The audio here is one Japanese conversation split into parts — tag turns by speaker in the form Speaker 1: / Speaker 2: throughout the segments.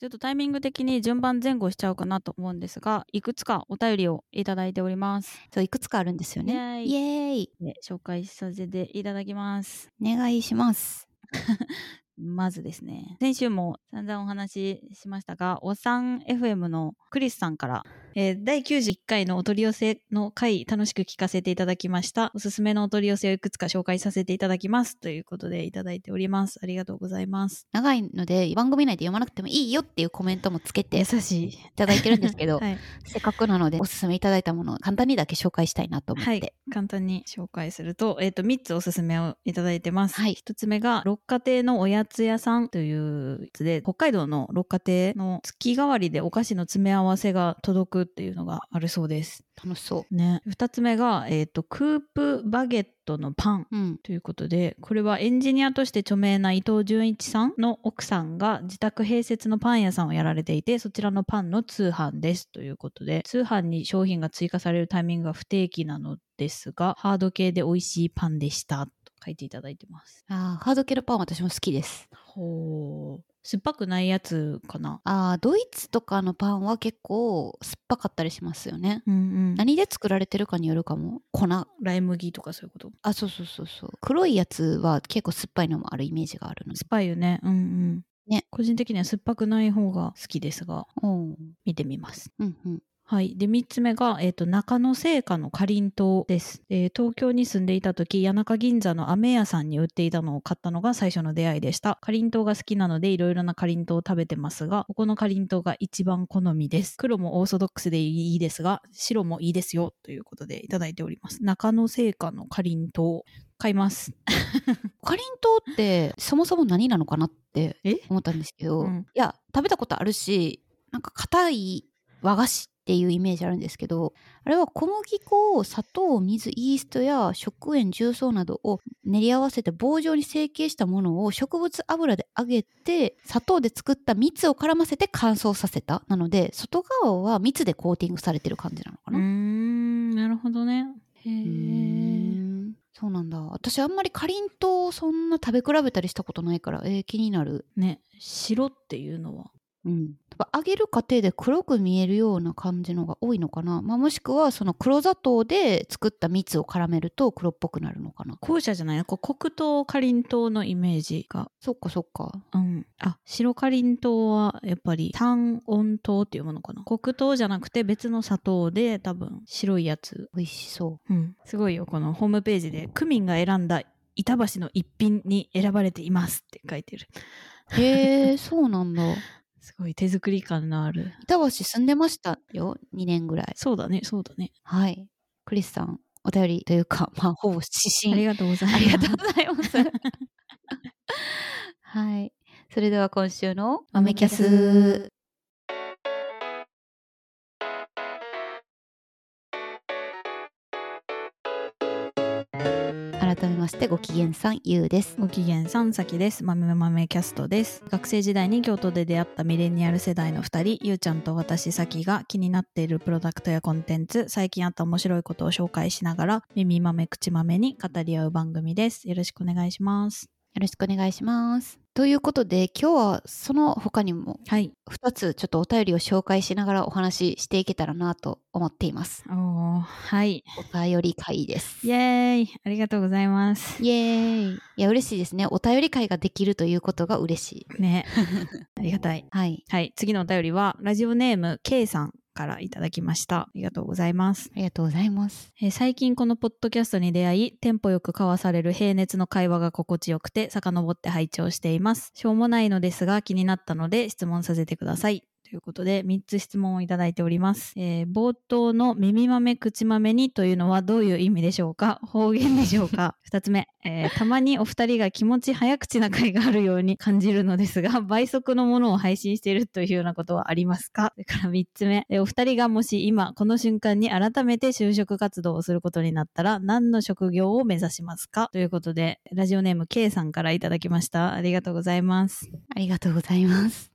Speaker 1: ちょっとタイミング的に順番前後しちゃうかなと思うんですが、いくつかお便りをいただいております。
Speaker 2: そういくつかあるんですよね。
Speaker 1: イ
Speaker 2: イエーイ
Speaker 1: で紹介させていただきます。
Speaker 2: お願いします。
Speaker 1: まずですね、先週も散々お話ししましたが、おさん FM のクリスさんから、えー第91回のお取り寄せの回、楽しく聞かせていただきました。おすすめのお取り寄せをいくつか紹介させていただきます。ということでいただいております。ありがとうございます。
Speaker 2: 長いので番組内で読まなくてもいいよっていうコメントもつけて
Speaker 1: 優
Speaker 2: い
Speaker 1: しい。
Speaker 2: ただいてるんですけ ど、
Speaker 1: はい、
Speaker 2: せっかくなのでおすすめいただいたものを簡単にだけ紹介したいなと思っ
Speaker 1: は
Speaker 2: て。
Speaker 1: い、簡単に紹介すると、えっ、と、3つおすすめをいただいてます。
Speaker 2: はい
Speaker 1: 1つ目が、六花亭のおやつ屋さんというやつで、北海道の六花亭の月替わりでお菓子の詰め合わせが届くっていうのがあるそうです。
Speaker 2: 楽しそ
Speaker 1: ね。2つ目が、えっ、と、クープバゲットのパン。
Speaker 2: う。うん。
Speaker 1: ということでこれはエンジニアとして著名な伊藤純一さんの奥さんが自宅併設のパン屋さんをやられていてそちらのパンの通販ですということで通販に商品が追加されるタイミングが不定期なのですがハード系で美味しいパンでしたと書いていただいてます
Speaker 2: あーハード系のパン私も好きです。
Speaker 1: ほう酸っぱくないやつかな
Speaker 2: あードイツとかのパンは結構酸っぱかったりしますよね。
Speaker 1: うんうん
Speaker 2: 何で作られてるかによるかも。粉。
Speaker 1: ライ麦とかそういうこと
Speaker 2: あ、そうそうそうそう。黒いやつは結構酸っぱいのもあるイメージがあるので
Speaker 1: 酸っ。ぱいよねうんうん
Speaker 2: ね
Speaker 1: 個人的には酸っぱくない方が好きですが
Speaker 2: うん。
Speaker 1: 見てみます
Speaker 2: うんうん。
Speaker 1: はい、で3つ目が、えー、と中野製菓のかりんとうです、えー東京に住んでいた時谷中銀座の飴屋さんに売っていたのを買ったのが最初の出会いでしたかりんとうが好きなのでいろいろなかりんとうを食べてますがここのかりんとうが一番好みです黒もオーソドックスでいいですが白もいいですよということでいただいております中野製菓のかりんとう買います
Speaker 2: かりんとうってそもそも何なのかなって
Speaker 1: え
Speaker 2: 思ったんですけど、
Speaker 1: うん
Speaker 2: いや食べたことあるしなんか硬い和菓子っていうイメージあるんですけどあれは小麦粉砂糖水イーストや食塩重曹などを練り合わせて棒状に成形したものを植物油で揚げて砂糖で作った蜜を絡ませて乾燥させたなので外側は蜜でコーティングされてる感じなのか
Speaker 1: うー
Speaker 2: な。
Speaker 1: んなるほどねへ
Speaker 2: う
Speaker 1: え
Speaker 2: ーんそうなんだ私あんまりかりんとうそんな食べ比べたりしたことないから、えー気になる
Speaker 1: ね白っていうのは
Speaker 2: うん、やっぱ揚げる過程で黒く見えるような感じのが多いのかな、まあ、もしくはその黒砂糖で作った蜜を絡めると黒っぽくなるのかな
Speaker 1: 校舎じゃないのこう黒糖かりんとうのイメージが
Speaker 2: そっかそっか
Speaker 1: うん、あ白かりん糖はやっぱり単温糖っていうものかな黒糖じゃなくて別の砂糖で多分白いやつ、
Speaker 2: 美味しそ
Speaker 1: うん、すごいよこのホームページで「クミンが選んだ板橋の一品に選ばれています」って書いてる
Speaker 2: う へえそうなんだ
Speaker 1: すごい手作り感のある
Speaker 2: 板橋住んでましたよ2年ぐらい
Speaker 1: そうだねそうだね
Speaker 2: はいクリスさんお便りというかまあほぼ
Speaker 1: あ
Speaker 2: 指
Speaker 1: り
Speaker 2: 針
Speaker 1: がとうござい
Speaker 2: あ
Speaker 1: ま
Speaker 2: り
Speaker 1: す
Speaker 2: がとうございます はいそれでは今週の「豆キャス」改めましてご機嫌さんゆうです
Speaker 1: ご機嫌さんさきです。まめまめキャストです。学生時代に京都で出会ったミレニアル世代の二人、ゆうちゃんと私さきが気になっているプロダクトやコンテンツ、最近あった面白いことを紹介しながら、耳まめ口まめに語り合う番組です。よろしくお願いします。
Speaker 2: よろしくお願いしますということで今日はその他にも
Speaker 1: はい。
Speaker 2: 2つちょっとお便りを紹介しながらお話ししていけたらなと思ってい ます
Speaker 1: おーはい。
Speaker 2: お便り会です
Speaker 1: イエーイありがとうございます。
Speaker 2: イエーイいや嬉しいですねお便り会ができるということが嬉し い
Speaker 1: ね。ありがたい。
Speaker 2: はい
Speaker 1: はい。次のお便りは、ラジオネーム K さんからいただきました。ありがとうございます。
Speaker 2: ありがとうございます
Speaker 1: えー最近このポッドキャストに出会いテンポよく交わされる平熱の会話が心地よくて遡って拝聴していますしょうもないのですが気になったので質問させてくださいということで3つ質問をいただいております、えー冒頭の耳豆口豆にというのはどういう意味でしょうか方言でしょうか2つ目、えーたまにお二人が気持ち早口な回があるように感じるのですが 倍速のものを配信しているというようなことはありますかそれから3つ目、えーお二人がもし今この瞬間に改めて就職活動をすることになったら何の職業を目指しますかということでラジオネーム K さんからいただきましたありがとうございます
Speaker 2: ありがとうございます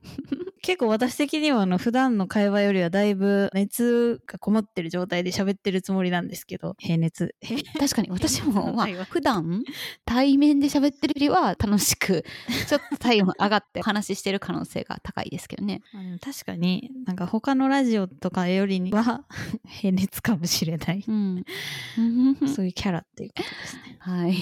Speaker 1: 結構私的にはあの普段の会話よりはだいぶ熱がこもってる状態で喋ってるつもりなんですけど平熱 平
Speaker 2: 確かに私も、まあ
Speaker 1: はい、
Speaker 2: 普段対面で喋ってるよりは楽 しくちょっと体温上がってお話ししてる可能性が高いですけどね
Speaker 1: まあでも確かになんか他のラジオとかよりは 平熱かもしれない、
Speaker 2: うん
Speaker 1: そういうキャラっていうことですね。
Speaker 2: はい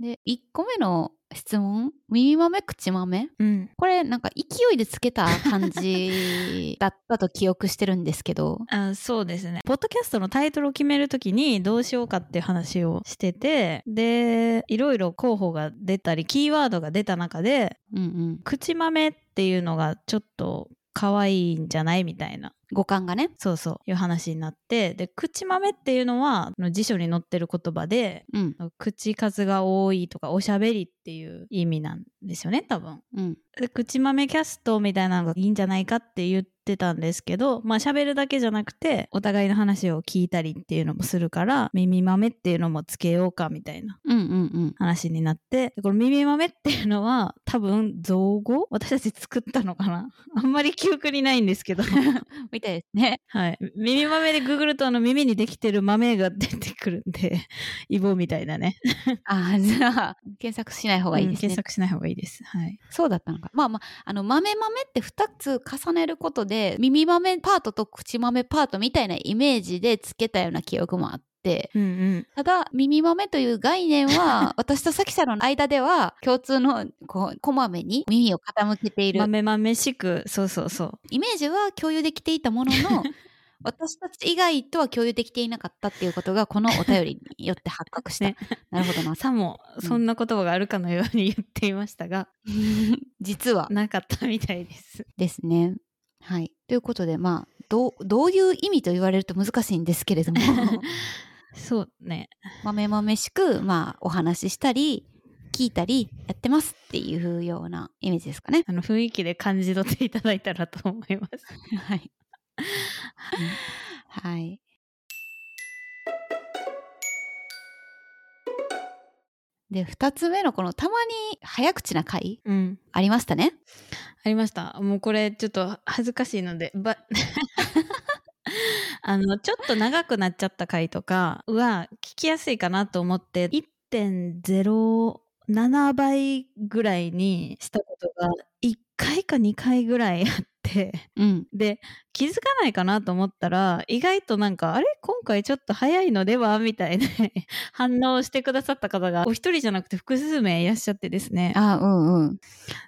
Speaker 2: で1個目の質問耳豆口豆
Speaker 1: うん、
Speaker 2: これなんか勢いでつけた感じだったと記憶してるんですけど
Speaker 1: あそうですね。ポッドキャストのタイトルを決めるときにどうしようかっていう話をしてて、で、いろいろ候補が出たり、キーワードが出た中で、
Speaker 2: うんうん
Speaker 1: 口豆っていうのがちょっと可愛いんじゃないみたいな、
Speaker 2: 五感がね
Speaker 1: そうそう、いう話になって、で、口豆っていうのは、あの辞書に載ってる言葉で、
Speaker 2: うん
Speaker 1: 口数が多いとか、おしゃべりっていう意味なんですよね、多分。
Speaker 2: うん
Speaker 1: で口豆キャストみたいなのがいいんじゃないかって言ってたんですけどまあ喋るだけじゃなくてお互いの話を聞いたりっていうのもするから耳豆っていうのもつけようかみたいな
Speaker 2: うんうんうん
Speaker 1: 話になってでこの耳豆っていうのは多分造語私たち作ったのかなあんまり記憶にないんですけど
Speaker 2: みたいですね
Speaker 1: はい耳豆でググるとあの耳にできてる豆が出てくるんでイボみたいなね
Speaker 2: あーじゃあ検索しない方がいい
Speaker 1: うん
Speaker 2: ですね、
Speaker 1: 検索しない方がいいですはい
Speaker 2: そうだったのか。まあまあ、あの、豆豆って2つ重ねることで、耳豆パートと口豆パートみたいなイメージでつけたような記憶もあって、
Speaker 1: うんうん
Speaker 2: ただ、耳豆という概念 は、私と咲さんの間では、共通の、こう、こまめに耳を傾けている。
Speaker 1: 豆豆しくそうそうそう
Speaker 2: イメージは共有できていたもの の、私たち以外とは共有できていなかったっていうことが、このお便りによって発覚した。
Speaker 1: ね
Speaker 2: なるほどな。
Speaker 1: さも
Speaker 2: うん
Speaker 1: そんな言葉があるかのように言っていましたが、
Speaker 2: 実は。
Speaker 1: なかったみたいです。
Speaker 2: ですね。はい、ということでまあどうどういう意味と言われると難しいんですけ れども
Speaker 1: そうね。
Speaker 2: まめまめしく、まあ、お話ししたり聞いたりやってますっていうようなイメージですかね。
Speaker 1: あの雰囲気で感じ取っていただいたらと思います。
Speaker 2: はい、はい、で2つ目のこのたまに早口な回
Speaker 1: うん。
Speaker 2: ありましたね。
Speaker 1: ありました。もうこれちょっと恥ずかしいので、ば あの、ちょっと長くなっちゃった回とかは聞きやすいかなと思って、1.07倍ぐらいにしたことが1回か2回ぐらいあって、
Speaker 2: うん、
Speaker 1: で気づかないかなと思ったら意外となんかあれ今回ちょっと早いのではみたいな 反応をしてくださった方がお一人じゃなくて複数名いらっしゃってですね
Speaker 2: あうんうん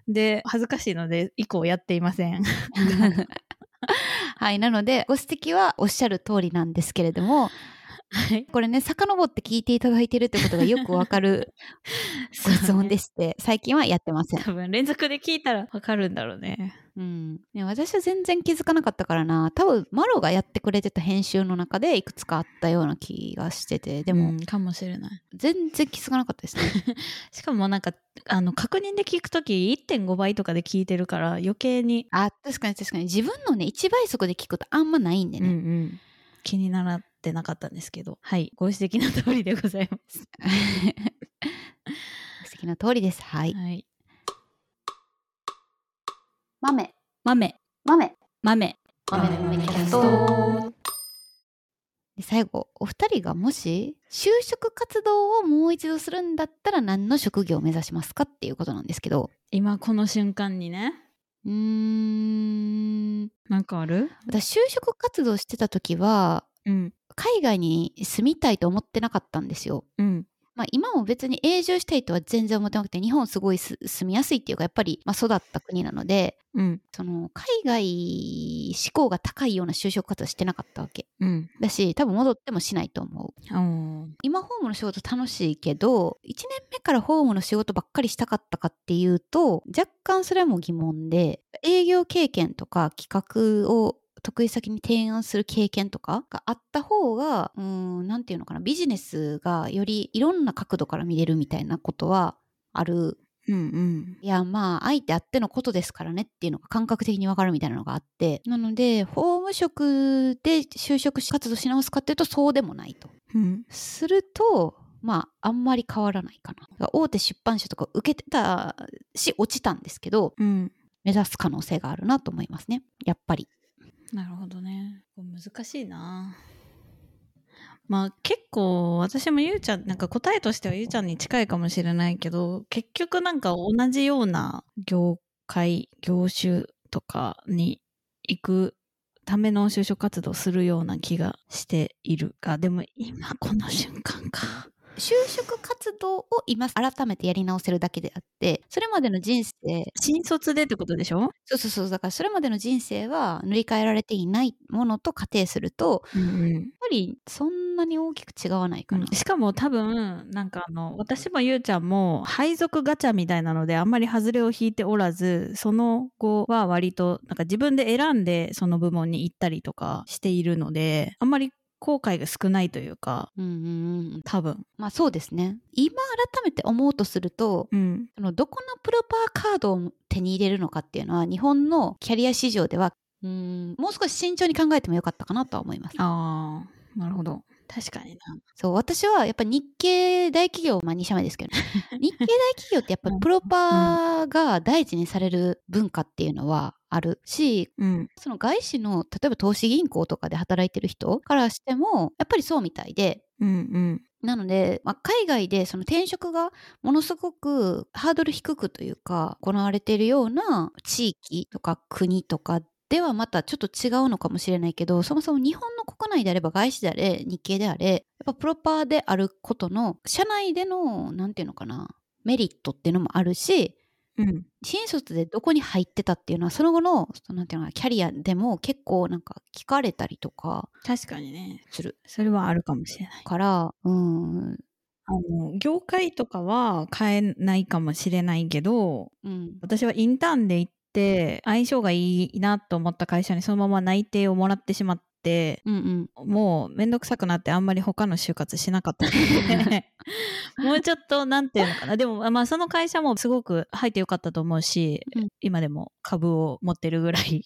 Speaker 1: で恥ずかしいので以降やっていません
Speaker 2: はい、なのでご指摘はおっしゃる通りなんですけれども
Speaker 1: はい
Speaker 2: これね遡って聞いていただいてるってことがよくわかるご質問でして最近はやってません、
Speaker 1: 多分連続で聞いたらわかるんだろうね
Speaker 2: うん、ね私は全然気づかなかったからな多分マロがやってくれてた編集の中でいくつかあったような気がしててでも、
Speaker 1: うんかもしれない
Speaker 2: 全然気づかなかったですね
Speaker 1: しかもなんかあの確認で聞くとき1.5倍とかで聞いてるから余計に、
Speaker 2: あ確かに確かに自分のね1倍速で聞くとあんまないんで
Speaker 1: うんう
Speaker 2: ね、
Speaker 1: ん気にならってなかったんですけどはいご指摘の通りでございます、
Speaker 2: 素敵な通りですはい
Speaker 1: はい、
Speaker 2: 豆
Speaker 1: 豆
Speaker 2: 豆
Speaker 1: 豆
Speaker 2: 豆豆キャストで最後お二人がもし就職活動をもう一度するんだったら何の職業を目指しますかっていうことなんですけど
Speaker 1: 今この瞬間にね
Speaker 2: うーん
Speaker 1: なんかある
Speaker 2: 私就職活動してた時は
Speaker 1: うん
Speaker 2: 海外に住みたいと思ってなかったんですよ。
Speaker 1: うん
Speaker 2: まあ、今も別に永住したいとは全然思ってなくて日本すごいす住みやすいっていうかやっぱり、まあ、育った国なので
Speaker 1: うん
Speaker 2: その海外志向が高いような就職活動してなかったわけ
Speaker 1: うん
Speaker 2: だし多分戻ってもしないと思
Speaker 1: お
Speaker 2: う。
Speaker 1: ー
Speaker 2: 今ホームの仕事楽しいけど1年目からホームの仕事ばっかりしたかったかっていうと若干それも疑問で営業経験とか企画を得意先に提案する経験とかがあった方がうーんなんていうのかなビジネスがよりいろんな角度から見れるみたいなことはある
Speaker 1: うんうん
Speaker 2: いやまあ相手あってのことですからねっていうのが感覚的にわかるみたいなのがあってなので法務職で就職活動し直すかっていうとそうでもないと。
Speaker 1: うん
Speaker 2: するとまああんまり変わらないかな大手出版社とか受けてたし落ちたんですけど
Speaker 1: うん
Speaker 2: 目指す可能性があるなと思いますねやっぱり
Speaker 1: なるほどね。難しいな。まあ結構私もゆうちゃんなんか答えとしてはゆうちゃんに近いかもしれないけど結局なんか同じような業界業種とかに行くための就職活動するような気がしているがでも今この瞬間か。
Speaker 2: 就職活動を今改めてやり直せるだけであってそれまでの人生
Speaker 1: 新卒でってことでしょ、
Speaker 2: そうそうそうだからそれまでの人生は塗り替えられていないものと仮定するとやっ
Speaker 1: うん
Speaker 2: ぱりそんなに大きく違わないかな、
Speaker 1: しかも多分なんかあの私もゆうちゃんも配属ガチャみたいなのであんまり外れを引いておらずその後は割となんか自分で選んでその部門に行ったりとかしているのであんまり後悔が少ないというか
Speaker 2: うんうんうん、
Speaker 1: 多分、
Speaker 2: まあそうですね今改めて思うとすると
Speaker 1: うん、
Speaker 2: そのどこのプロパーカードを手に入れるのかっていうのは日本のキャリア市場ではうーんもう少し慎重に考えてもよかったかなとは思います。
Speaker 1: あーなるほど確かにな
Speaker 2: そう私はやっぱ日系大企業、まあ、2社目ですけど、ね、日系大企業ってやっぱ
Speaker 1: うん
Speaker 2: プロパーが大事にされる文化っていうのはあるし
Speaker 1: うん
Speaker 2: その外資の例えば投資銀行とかで働いてる人からしてもやっぱりそうみたいで
Speaker 1: うん
Speaker 2: なので、まあ、海外でその転職がものすごくハードル低くというか行われているような地域とか国とかではまたちょっと違うのかもしれないけどそもそも日本の国内であれば外資であれ日系であれやっぱプロパーであることの社内でのなんていうのかなメリットっていうのもあるし
Speaker 1: うんうん
Speaker 2: 新卒でどこに入ってたっていうのはその後のそのなんていうのかなキャリアでも結構なんか聞かれたりとか
Speaker 1: 確かにね
Speaker 2: する
Speaker 1: それはあるかもしれない
Speaker 2: からうん
Speaker 1: あの業界とかは変えないかもしれないけど
Speaker 2: うん
Speaker 1: 私はインターンで行って相性がいいなと思った会社にそのまま内定をもらってしまって
Speaker 2: うんうん
Speaker 1: もうめんどくさくなってあんまり他の就活しなかったので もうちょっとなんていうのかなでもまあその会社もすごく入ってよかったと思うし、
Speaker 2: うん
Speaker 1: 今でも株を持ってるぐらい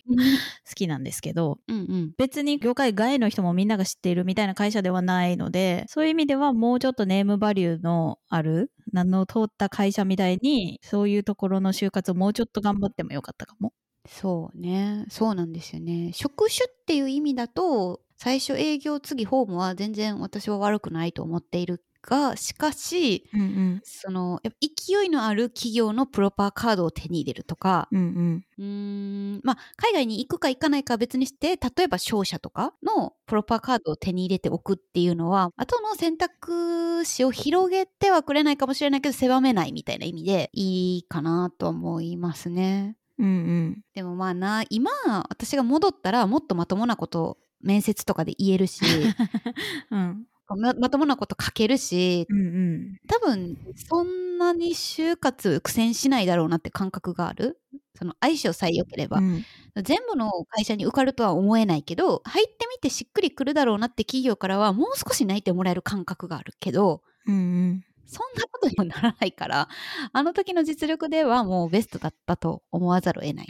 Speaker 1: 好きなんですけど
Speaker 2: うんうん
Speaker 1: 別に業界外の人もみんなが知っているみたいな会社ではないのでそういう意味ではもうちょっとネームバリューのある名の通った会社みたいにそういうところの就活をもうちょっと頑張ってもよかったかも。
Speaker 2: そうねそうなんですよね職種っていう意味だと最初営業次ホームは全然私は悪くないと思っているがしかし
Speaker 1: うんうん
Speaker 2: そのやっぱ勢いのある企業のプロパーカードを手に入れるとか
Speaker 1: うんうん
Speaker 2: うーんまあ海外に行くか行かないかは別にして例えば商社とかのプロパーカードを手に入れておくっていうのは後の選択肢を広げてはくれないかもしれないけど狭めないみたいな意味でいいかなと思いますね。
Speaker 1: うん
Speaker 2: でもまあな今私が戻ったらもっとまともなこと面接とかで言える し
Speaker 1: うん
Speaker 2: ままともなこと書けるし
Speaker 1: うんうん
Speaker 2: 多分そんなに就活苦戦しないだろうなって感覚があるその相性さえ良ければ、
Speaker 1: うん
Speaker 2: 全部の会社に受かるとは思えないけど入ってみてしっくりくるだろうなって企業からはもう少し泣いてもらえる感覚があるけど
Speaker 1: うん
Speaker 2: そんなことにもならないからあの時の実力ではもうベストだったと思わざるを得 ない。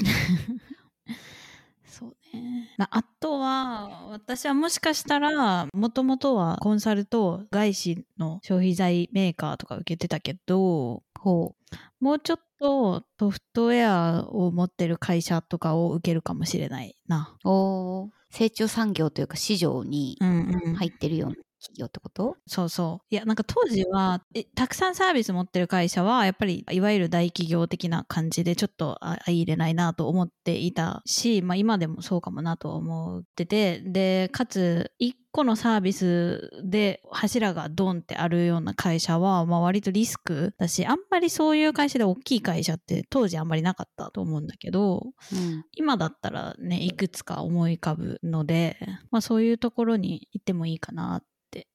Speaker 1: そうねなあとは私はもしかしたらもともとはコンサルと外資の消費財メーカーとか受けてたけど
Speaker 2: ほう
Speaker 1: もうちょっとソフトウェアを持ってる会社とかを受けるかもしれないな。
Speaker 2: おー成長産業というか市場に
Speaker 1: ん
Speaker 2: 入ってるような企業ってこと、
Speaker 1: そうそういやなんか当時はえたくさんサービス持ってる会社はやっぱりいわゆる大企業的な感じでちょっとあ相入れないなと思っていたし、まあ、今でもそうかもなとは思っててでかつ1個のサービスで柱がドンってあるような会社は、まあ、割とリスクだしあんまりそういう会社で大きい会社って当時あんまりなかったと思うんだけど
Speaker 2: うん
Speaker 1: 今だったらねいくつか思い浮かぶので、まあ、そういうところに行ってもいいかなって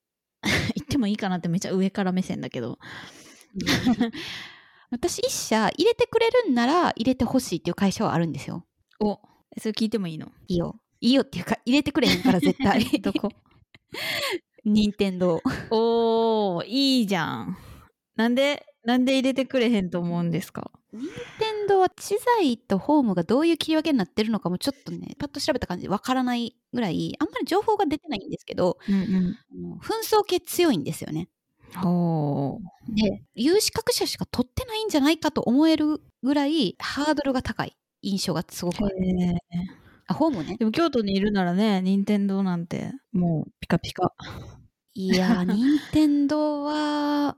Speaker 1: 行ってもいいかなってめっちゃ上から目線だけど
Speaker 2: 私一社入れてくれるんなら入れてほしいっていう会社はあるんですよ。
Speaker 1: おそれ聞いてもいいの。
Speaker 2: いいよ。いいよっていうか入れてくれへんから絶 対
Speaker 1: どこ
Speaker 2: 任天堂
Speaker 1: おーいいじゃんなんでなんで入れてくれへんと思うんですか
Speaker 2: 任天堂は知財とホームがどういう切り分けになってるのかもちょっとねパッと調べた感じわからないぐらいあんまり情報が出てないんですけど
Speaker 1: うん
Speaker 2: あの紛争系強いんですよね。
Speaker 1: うんおー
Speaker 2: で有資格者しか取ってないんじゃないかと思えるぐらいハードルが高い。印象がすごくある。
Speaker 1: へえ
Speaker 2: あ、ホームね。
Speaker 1: でも京都にいるならね、任天堂なんてもうピカピカ。
Speaker 2: いやー、任天堂は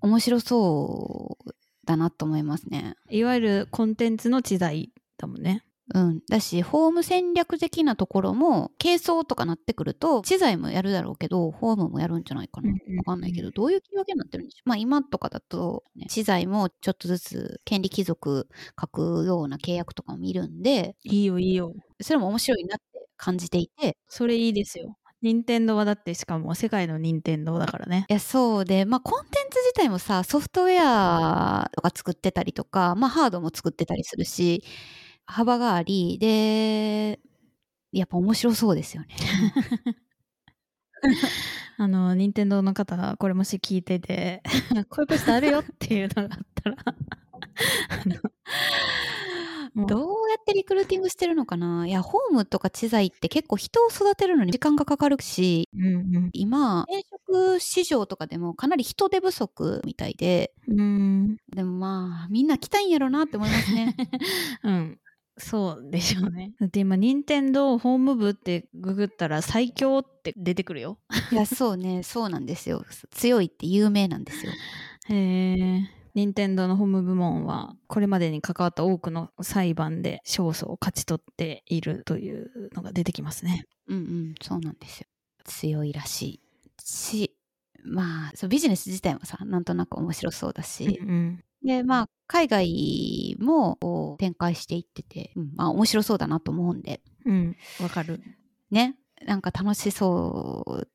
Speaker 2: 面白そうだなと思いますね。
Speaker 1: いわゆるコンテンツの時代だもんね。
Speaker 2: うん、だしホーム戦略的なところも軽装とかなってくると知財もやるだろうけどホームもやるんじゃないかなわかんないけど、どういう切り分けになってるんでしょう。まあ今とかだと、ね、資材もちょっとずつ権利貴族書くような契約とかも見るんで、
Speaker 1: いいよいいよ。
Speaker 2: それも面白いなって感じていて、
Speaker 1: それいいですよ。任天堂はだってしかも世界の任天堂だからね。
Speaker 2: いやそうで、まあコンテンツ自体もさ、ソフトウェアとか作ってたりとか、まあハードも作ってたりするし、幅があり、で、やっぱ面白そうですよね。
Speaker 1: あの任天堂の方がこれもし聞いてて こういうポスターあるよっていうのがあったらあのもう
Speaker 2: どうやってリクルーティングしてるのかないや、ホームとか知財って結構人を育てるのに時間がかかるし、
Speaker 1: うん
Speaker 2: 今転職市場とかでもかなり人手不足みたいで
Speaker 1: うんうん
Speaker 2: でもまあみんな来たいんやろなって思います ね
Speaker 1: うんそうでしょうねだって今任天堂ホーム部ってググったら最強って出てくるよ
Speaker 2: いやそうねそうなんですよ強いって有名なんですよ
Speaker 1: へえ任天堂のホーム部門はこれまでに関わった多くの裁判で勝訴を勝ち取っているというのが出てきますね
Speaker 2: うんうんそうなんですよ強いらしいしまあそうビジネス自体もさなんとなく面白そうだし、
Speaker 1: ん
Speaker 2: でまあ海外もこう展開していってて、うんまあ面白そうだなと思うんで
Speaker 1: うんわかる
Speaker 2: ねなんか楽しそう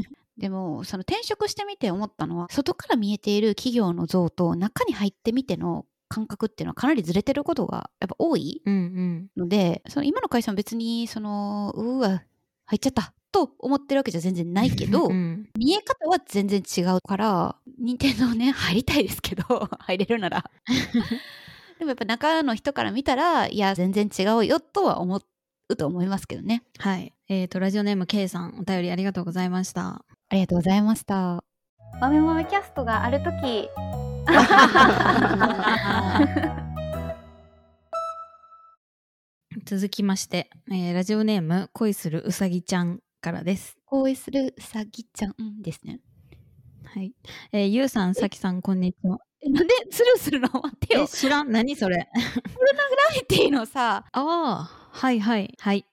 Speaker 2: でもその転職してみて思ったのは外から見えている企業の像と中に入ってみての感覚っていうのはかなりずれてることがやっぱ多い
Speaker 1: うんうん
Speaker 2: のでその今の会社も別にそのうわ入っちゃったと思ってるわけじゃ全然ないけど、
Speaker 1: うん
Speaker 2: 見え方は全然違うから任天堂ね入りたいですけど 入れるならでもやっぱ中の人から見たらいや全然違うよとは思うと思いますけどね
Speaker 1: はい。えっ、と、ラジオネーム K さん、お便りありがとうございました。
Speaker 2: ありがとうございました
Speaker 3: マメマメキャストがあると き
Speaker 1: 続きまして、えーラジオネーム、恋するうさぎちゃんからです。
Speaker 2: 応援するうさぎちゃんですね。
Speaker 1: はい。えーゆうさん、さきさん、こんにちは。
Speaker 2: えなんでスルーするの 待って
Speaker 1: え、
Speaker 2: よ。
Speaker 1: 知らん何それ。
Speaker 2: ライティの さ。
Speaker 1: ああ、はいはい。はい。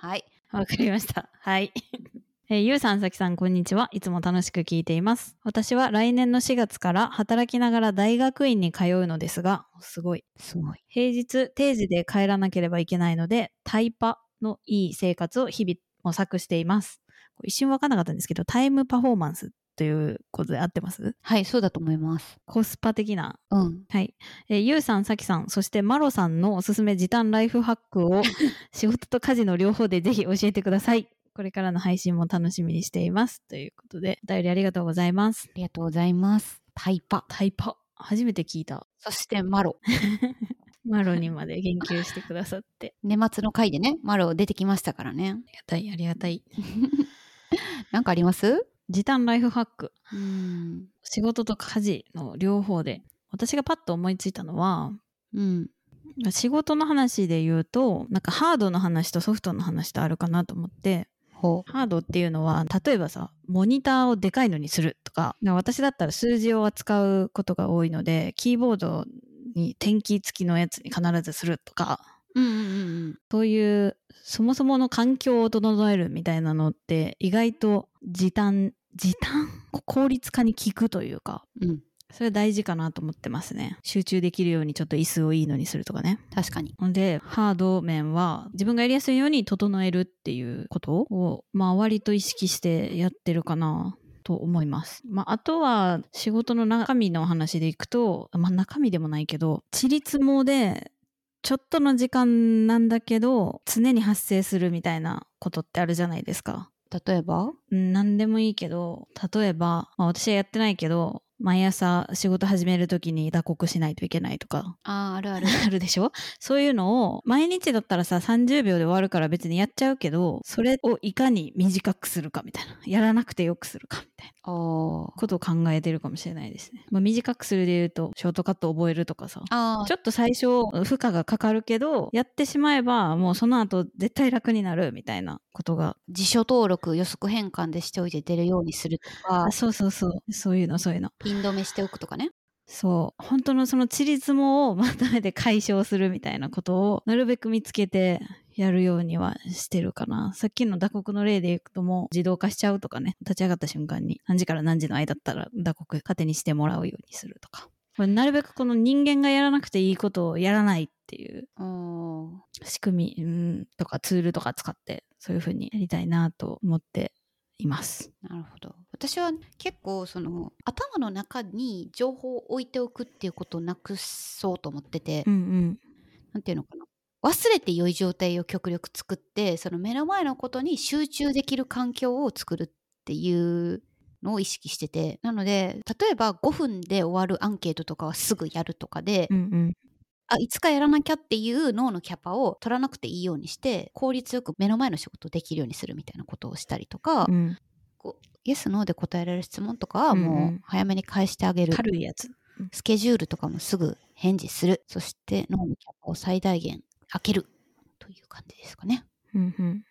Speaker 2: はい。
Speaker 1: わかりました。はい。 えーゆうさん、さきさん、こんにちは。いつも楽しく聞いています。私は来年の4月から働きながら大学院に通うのですが、すごい。
Speaker 2: すごい。
Speaker 1: 平日定時で帰らなければいけないのでタイパのいい生活を日々模索していますこれ一瞬分かんなかったんですけどタイムパフォーマンスということで合ってます
Speaker 2: はい、そうだと思います。
Speaker 1: コスパ的な
Speaker 2: うん。
Speaker 1: はい、えーゆうさんさきさんそしてマロさんのおすすめ時短ライフハック を仕事と家事の両方でぜひ教えてくださいこれからの配信も楽しみにしていますということでお便りありがとうございます
Speaker 2: ありがとうございます。タイパ。
Speaker 1: タイパ初めて聞いた
Speaker 2: そしてマロ。
Speaker 1: マロにまで言及してくださって
Speaker 2: 年末の回でね、マロ出てきましたから ね
Speaker 1: あ。りがたいありがたい
Speaker 2: なんかあります
Speaker 1: 時短ライフハック
Speaker 2: うん。
Speaker 1: 仕事と家事の両方で私がパッと思いついたのは
Speaker 2: うん。
Speaker 1: 仕事の話で言うとなんかハードの話とソフトの話とあるかなと思って
Speaker 2: ほ
Speaker 1: ハードっていうのは例えばさモニターをでかいのにするとか私だったら数字を扱うことが多いのでキーボードに点キー付きのやつに必ずするとか
Speaker 2: う。うんうんうんうん。
Speaker 1: そういうそもそもの環境を整えるみたいなのって意外と時短時短効率化に効くというか
Speaker 2: うん。
Speaker 1: それ大事かなと思ってますね集中できるようにちょっと椅子をいいのにするとかね
Speaker 2: 確かに。
Speaker 1: ほんでハード面は自分がやりやすいように整えるっていうことをまあ割と意識してやってるかなと思います、まあ、あとは仕事の中身の話でいくと、まあ、中身でもないけどちりつもでちょっとの時間なんだけど常に発生するみたいなことってあるじゃないですか
Speaker 2: 例えば
Speaker 1: うん何でもいいけど例えば、まあ、私はやってないけど毎朝仕事始める時に打刻しないといけないとか
Speaker 2: あーあるある
Speaker 1: あるでしょそういうのを毎日だったらさ30秒で終わるから別にやっちゃうけどそれをいかに短くするかみたいなやらなくてよくするかみたいな
Speaker 2: あー
Speaker 1: ことを考えてるかもしれないですね、まあ、短くするで言うとショートカット覚えるとかさ
Speaker 2: あー
Speaker 1: ちょっと最初負荷がかかるけどやってしまえばもうその後絶対楽になるみたいなことが
Speaker 2: 辞書登録予測変換でしておいて出るようにするとか
Speaker 1: あそうそうそうそういうのそういうの
Speaker 2: ピン止めしておくとかね
Speaker 1: そう本当のそのちりつもをまとめて解消するみたいなことをなるべく見つけてやるようにはしてるかなさっきの打刻の例でいくともう自動化しちゃうとかね立ち上がった瞬間に何時から何時の間だったら打刻勝手にしてもらうようにするとかこれなるべくこの人間がやらなくていいことをやらないっていう
Speaker 2: あー
Speaker 1: 仕組みうんとかツールとか使ってそういうふうにやりたいなと思っています。
Speaker 2: なるほど私は結構その頭の中に情報を置いておくっていうことをなくそうと思ってて、
Speaker 1: うんうん
Speaker 2: なんていうのかな忘れて良い状態を極力作ってその目の前のことに集中できる環境を作るっていうのを意識しててなので例えば5分で終わるアンケートとかはすぐやるとかで、
Speaker 1: うんうん
Speaker 2: あいつかやらなきゃっていう脳のキャパを取らなくていいようにして効率よく目の前の仕事をできるようにするみたいなことをしたりとか、
Speaker 1: うん
Speaker 2: こうイエスノーで答えられる質問とかは
Speaker 1: うんう
Speaker 2: も
Speaker 1: ん
Speaker 2: う早めに返してあげる、
Speaker 1: 軽いやつ
Speaker 2: スケジュールとかもすぐ返事するそして脳のキャパを最大限開けるという感じですかね
Speaker 1: うんうん、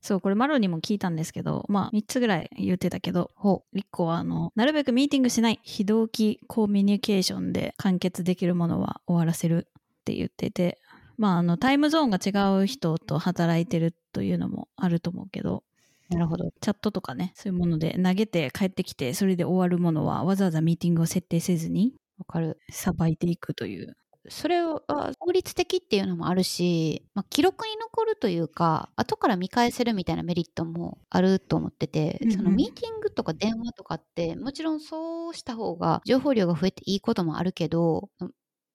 Speaker 1: そうこれマロにも聞いたんですけどまあ3つぐらい言ってたけど
Speaker 2: ほ
Speaker 1: 1個はあのなるべくミーティングしない非同期コミュニケーションで完結できるものは終わらせるって言っててまああのタイムゾーンが違う人と働いてるというのもあると思うけど
Speaker 2: うなるほど
Speaker 1: チャットとかねそういうもので投げて帰ってきてそれで終わるものはわざわざミーティングを設定せずに
Speaker 2: わかる
Speaker 1: さばいていくという。
Speaker 2: それは効率的っていうのもあるし、まあ、記録に残るというか後から見返せるみたいなメリットもあると思ってて、
Speaker 1: うんうん
Speaker 2: そのミーティングとか電話とかってもちろんそうした方が情報量が増えていいこともあるけど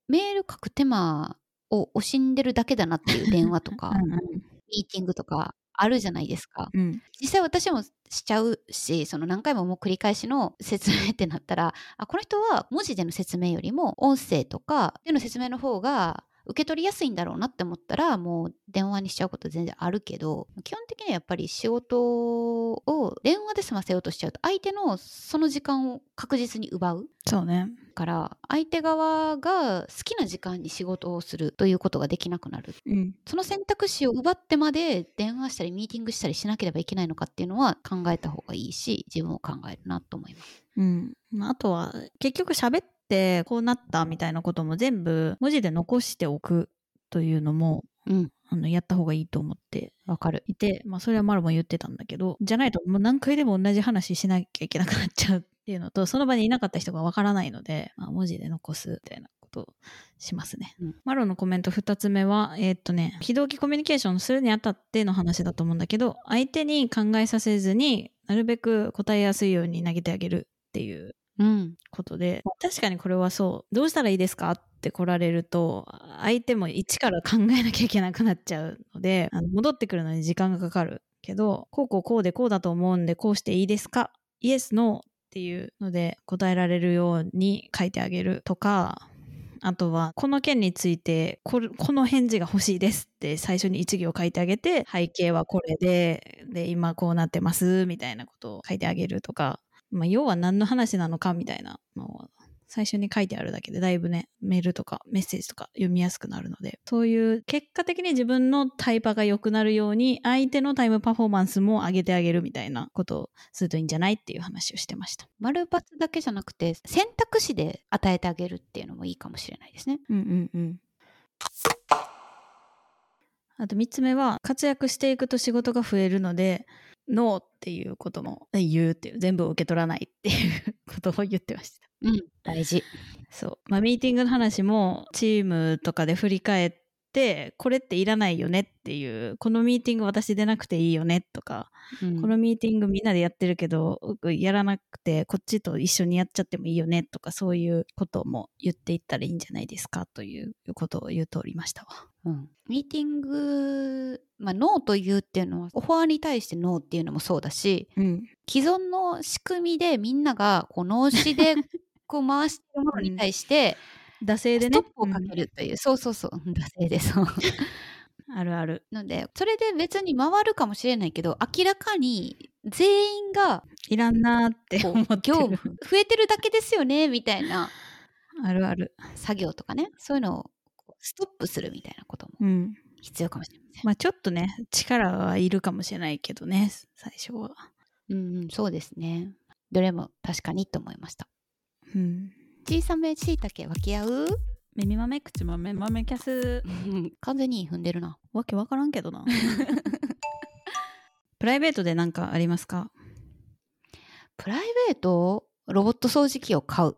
Speaker 2: メール書く手間を惜しんでるだけだなっていう電話とか
Speaker 1: うん
Speaker 2: ミーティングとかあるじゃないですか。
Speaker 1: うん
Speaker 2: 実際私もしちゃうしその何回ももう繰り返しの説明ってなったらあこの人は文字での説明よりも音声とかでの説明の方が受け取りやすいんだろうなって思ったらもう電話にしちゃうこと全然あるけど基本的にはやっぱり仕事を電話で済ませようとしちゃうと相手のその時間を確実に奪う
Speaker 1: そうね。
Speaker 2: から相手側が好きな時間に仕事をするということができなくなる
Speaker 1: うん。
Speaker 2: その選択肢を奪ってまで電話したりミーティングしたりしなければいけないのかっていうのは考えた方がいいし自分を考えるなと思います。
Speaker 1: うん。まああとは、結局喋ってこうなったみたいなことも全部文字で残しておくというのも、
Speaker 2: うん
Speaker 1: あの、やった方がいいと思って
Speaker 2: わかる。
Speaker 1: いて、まあそれはマロも言ってたんだけど、じゃないともう何回でも同じ話しなきゃいけなくなっちゃうっていうのと、その場にいなかった人がわからないので、まあ、文字で残すみたいなことをしますね。
Speaker 2: うん
Speaker 1: マロのコメント2つ目は、えーっとね、非同期コミュニケーションするにあたっての話だと思うんだけど、相手に考えさせずになるべく答えやすいように投げてあげるっていう
Speaker 2: うん。
Speaker 1: ことで確かにこれはそうどうしたらいいですかって来られると相手も一から考えなきゃいけなくなっちゃうのであの戻ってくるのに時間がかかるけどこうこうこうでこうだと思うんでこうしていいですかイエスノーっていうので答えられるように書いてあげるとかあとはこの件についてこれこの返事が欲しいですって最初に一行書いてあげて背景はこれでで今こうなってますみたいなことを書いてあげるとかまあ、要は何の話なのかみたいなのを最初に書いてあるだけでだいぶねメールとかメッセージとか読みやすくなるのでそういう結果的に自分のタイパが良くなるように相手のタイムパフォーマンスも上げてあげるみたいなことをするといいんじゃないっていう話をしてました。
Speaker 2: 丸抜だけじゃなくて選択肢で与えてあげるっていうのもいいかもしれないですね。
Speaker 1: うんうんうんあと3つ目は活躍していくと仕事が増えるのでノーっていうことも言うっていう全部を受け取らないっていうことを言ってました。
Speaker 2: うん。大事。
Speaker 1: そう、まあ、ミーティングの話もチームとかで振り返っってこれっていらないよねっていうこのミーティング私出なくていいよねとか、
Speaker 2: うん
Speaker 1: このミーティングみんなでやってるけどやらなくてこっちと一緒にやっちゃってもいいよねとかそういうことも言っていったらいいんじゃないですかということを言うておりましたわ。
Speaker 2: うんミーティング、まあ、ノーと言うっていうのはオファーに対してノーっていうのもそうだし
Speaker 1: うん、
Speaker 2: 既存の仕組みでみんながこう脳死 でこう回してるものに対して、
Speaker 1: 惰性でね
Speaker 2: ストップをかけるという、そうそうそう惰性でそう
Speaker 1: うんあるある
Speaker 2: のでそれで別に回るかもしれないけど明らかに全員が
Speaker 1: いらんなーって
Speaker 2: こう
Speaker 1: 思って
Speaker 2: 業務
Speaker 1: る
Speaker 2: 増えてるだけですよねみたいな
Speaker 1: あるある、
Speaker 2: 作業とかねそういうのをこうストップするみたいなことも
Speaker 1: うん、
Speaker 2: 必要かもしれません。
Speaker 1: まあちょっとね力はいるかもしれないけどね最初は。
Speaker 2: うんうん、そうですね。どれも確かにと思いました。
Speaker 1: うん
Speaker 2: 小さめしいたけ分け合う
Speaker 1: 耳豆口豆豆キャス
Speaker 2: 完全に踏んでるな。
Speaker 1: わけわからんけ どなプライベートで何かありますか
Speaker 2: プライベートロボット掃除機を買う。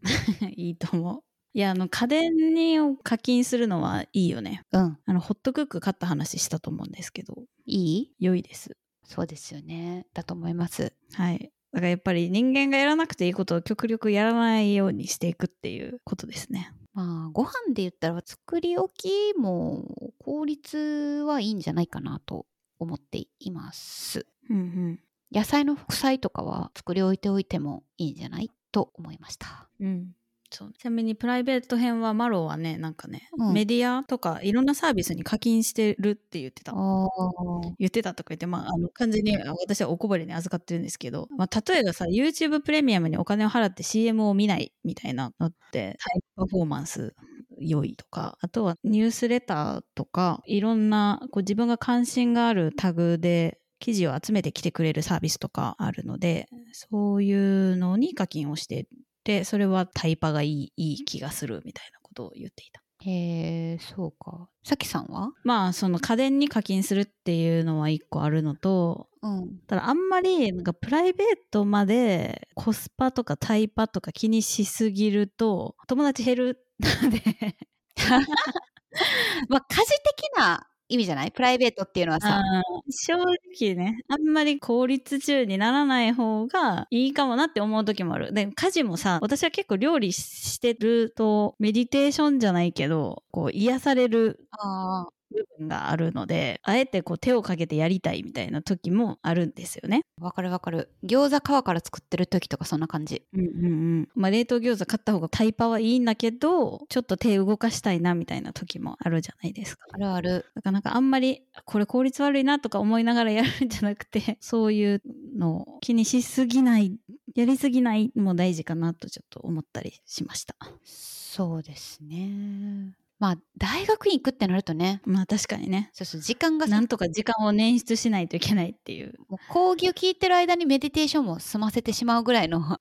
Speaker 1: いいと思ういやあの家電に課金するのはいいよね
Speaker 2: うん。
Speaker 1: あのホットクック買った話したと思うんですけど
Speaker 2: いい
Speaker 1: 良いです
Speaker 2: そうですよね。だと思います。
Speaker 1: はいだからやっぱり人間がやらなくていいことを極力やらないようにしていくっていうことですね
Speaker 2: まあ、ご飯で言ったら作り置きも効率はいいんじゃないかなと思っています。
Speaker 1: うんうん
Speaker 2: 野菜の副菜とかは作り置いておいてもいいんじゃないと思いました。
Speaker 1: うん、そうちなみにプライベート編はマロはねなんかね、
Speaker 2: うん
Speaker 1: メディアとかいろんなサービスに課金してるって言ってた
Speaker 2: ああ。
Speaker 1: 言ってたとか言って、まあ、あの完全に私はおこぼれに預かってるんですけど、まあ、例えばさ YouTube プレミアムにお金を払って CM を見ないみたいなのってタイムパフォーマンス良いとかあとはニュースレターとかいろんなこう自分が関心があるタグで記事を集めてきてくれるサービスとかあるのでそういうのに課金をしててそれはタイパがいいいい気がするみたいなことを言っていた。
Speaker 2: へえ、そうか。さきさんは
Speaker 1: まあその家電に課金するっていうのは一個あるのと
Speaker 2: うん。
Speaker 1: ただあんまりなんかプライベートまでコスパとかタイパとか気にしすぎると友達減るので
Speaker 2: まあ、家事的な意味じゃないプライベートっていうのはさ。
Speaker 1: 正直ねあんまり効率中にならない方がいいかもなって思う時もあるで家事もさ私は結構料理してるとメディテーションじゃないけどこう癒される
Speaker 2: ああ。
Speaker 1: 部分があるのであえてこう手をかけてやりたいみたいな時もあるんですよね
Speaker 2: わかるわかる。餃子皮から作ってる時とかそんな感じ。
Speaker 1: うんうんうんまあ、冷凍餃子買った方がタイパはいいんだけどちょっと手動かしたいなみたいな時もあるじゃないですか
Speaker 2: あるある。
Speaker 1: だからなんかあんまりこれ効率悪いなとか思いながらやるんじゃなくてそういうのを気にしすぎないやりすぎないのも大事かなとちょっと思ったりしました
Speaker 2: そうですね。まあ、大学院行くってなるとね、
Speaker 1: まあ確かにね
Speaker 2: そうそう、時間がさ
Speaker 1: なんとか時間を捻出しないといけないっていう
Speaker 2: もう講義を聞いてる間にメディテーションも済ませてしまうぐらいの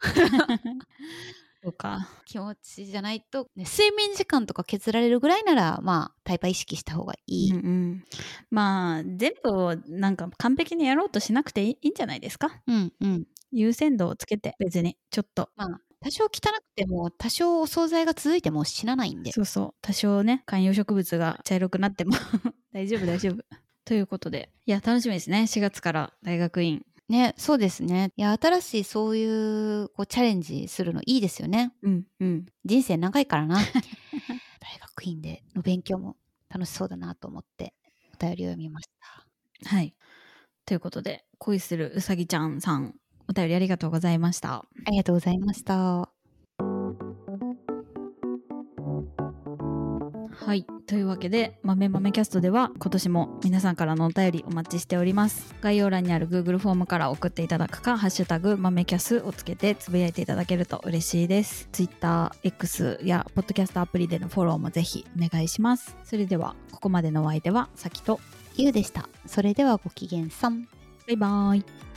Speaker 1: とか
Speaker 2: 気持ちじゃないと、ね、睡眠時間とか削られるぐらいなら、まあ、タイパ意識した方がいい。
Speaker 1: うんうん、まあ全部をなんか完璧にやろうとしなくていいいいんじゃないですか
Speaker 2: うん、うん。
Speaker 1: 優先度をつけて別にちょっと
Speaker 2: まあ、多少汚くても、多少お惣菜が続いても死なないんで。
Speaker 1: そうそう多少ね観葉植物が茶色くなっても 大丈夫大丈夫 ということでいや楽しみですね4月から大学院
Speaker 2: ね、そうですね。いや、新しいそういうこうチャレンジするのいいですよね。
Speaker 1: うんうん
Speaker 2: 人生長いか らな。大学院での勉強も楽しそうだなと思って、お便りを読みました。
Speaker 1: はいということで恋するうさぎちゃんさんお便りありがとうございました
Speaker 2: ありがとうございました。
Speaker 1: はいというわけで「まめまめキャスト」では今年も皆さんからのお便りお待ちしております概要欄にある Google フォームから送っていただくか「ハッシュタグまめキャス」をつけてつぶやいていただけると嬉しいです TwitterX やポッドキャストアプリでのフォローもぜひお願いしますそれではここまでのお相手はさきと
Speaker 2: ゆうでした。それではご機嫌さん。
Speaker 1: バイバイ